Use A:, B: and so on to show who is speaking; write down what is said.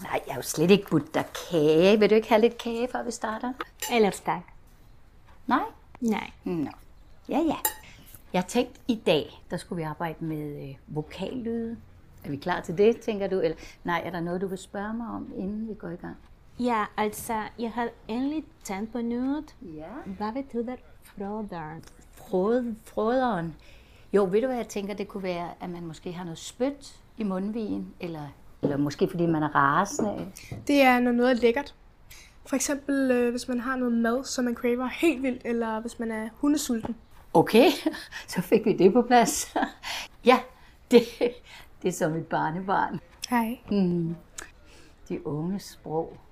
A: jeg har jo slet ikke budt dig kage. Vil du ikke have lidt kage, før vi starter?
B: Ellers tak.
A: Nej?
B: Nej.
A: Nå. Ja, ja. Jeg tænkte i dag, der skulle vi arbejde med øh, vokallyde. Er vi klar til det, tænker du? Eller nej, er der noget, du vil spørge mig om, inden vi går i gang?
B: Ja, altså, jeg har endelig tænkt på noget.
A: Ja.
B: Hvad betyder froderen?
A: Frode, froderen. Jo, ved du hvad jeg tænker, det kunne være, at man måske har noget spyt i mundvigen, eller, eller måske fordi man er rasende.
C: Det er, når noget er lækkert. For eksempel, øh, hvis man har noget mad, som man craver helt vildt, eller hvis man er hundesulten.
A: Okay, så fik vi det på plads. ja, det, det er som et barnebarn.
C: Hej.
A: De unge Mm. sprog.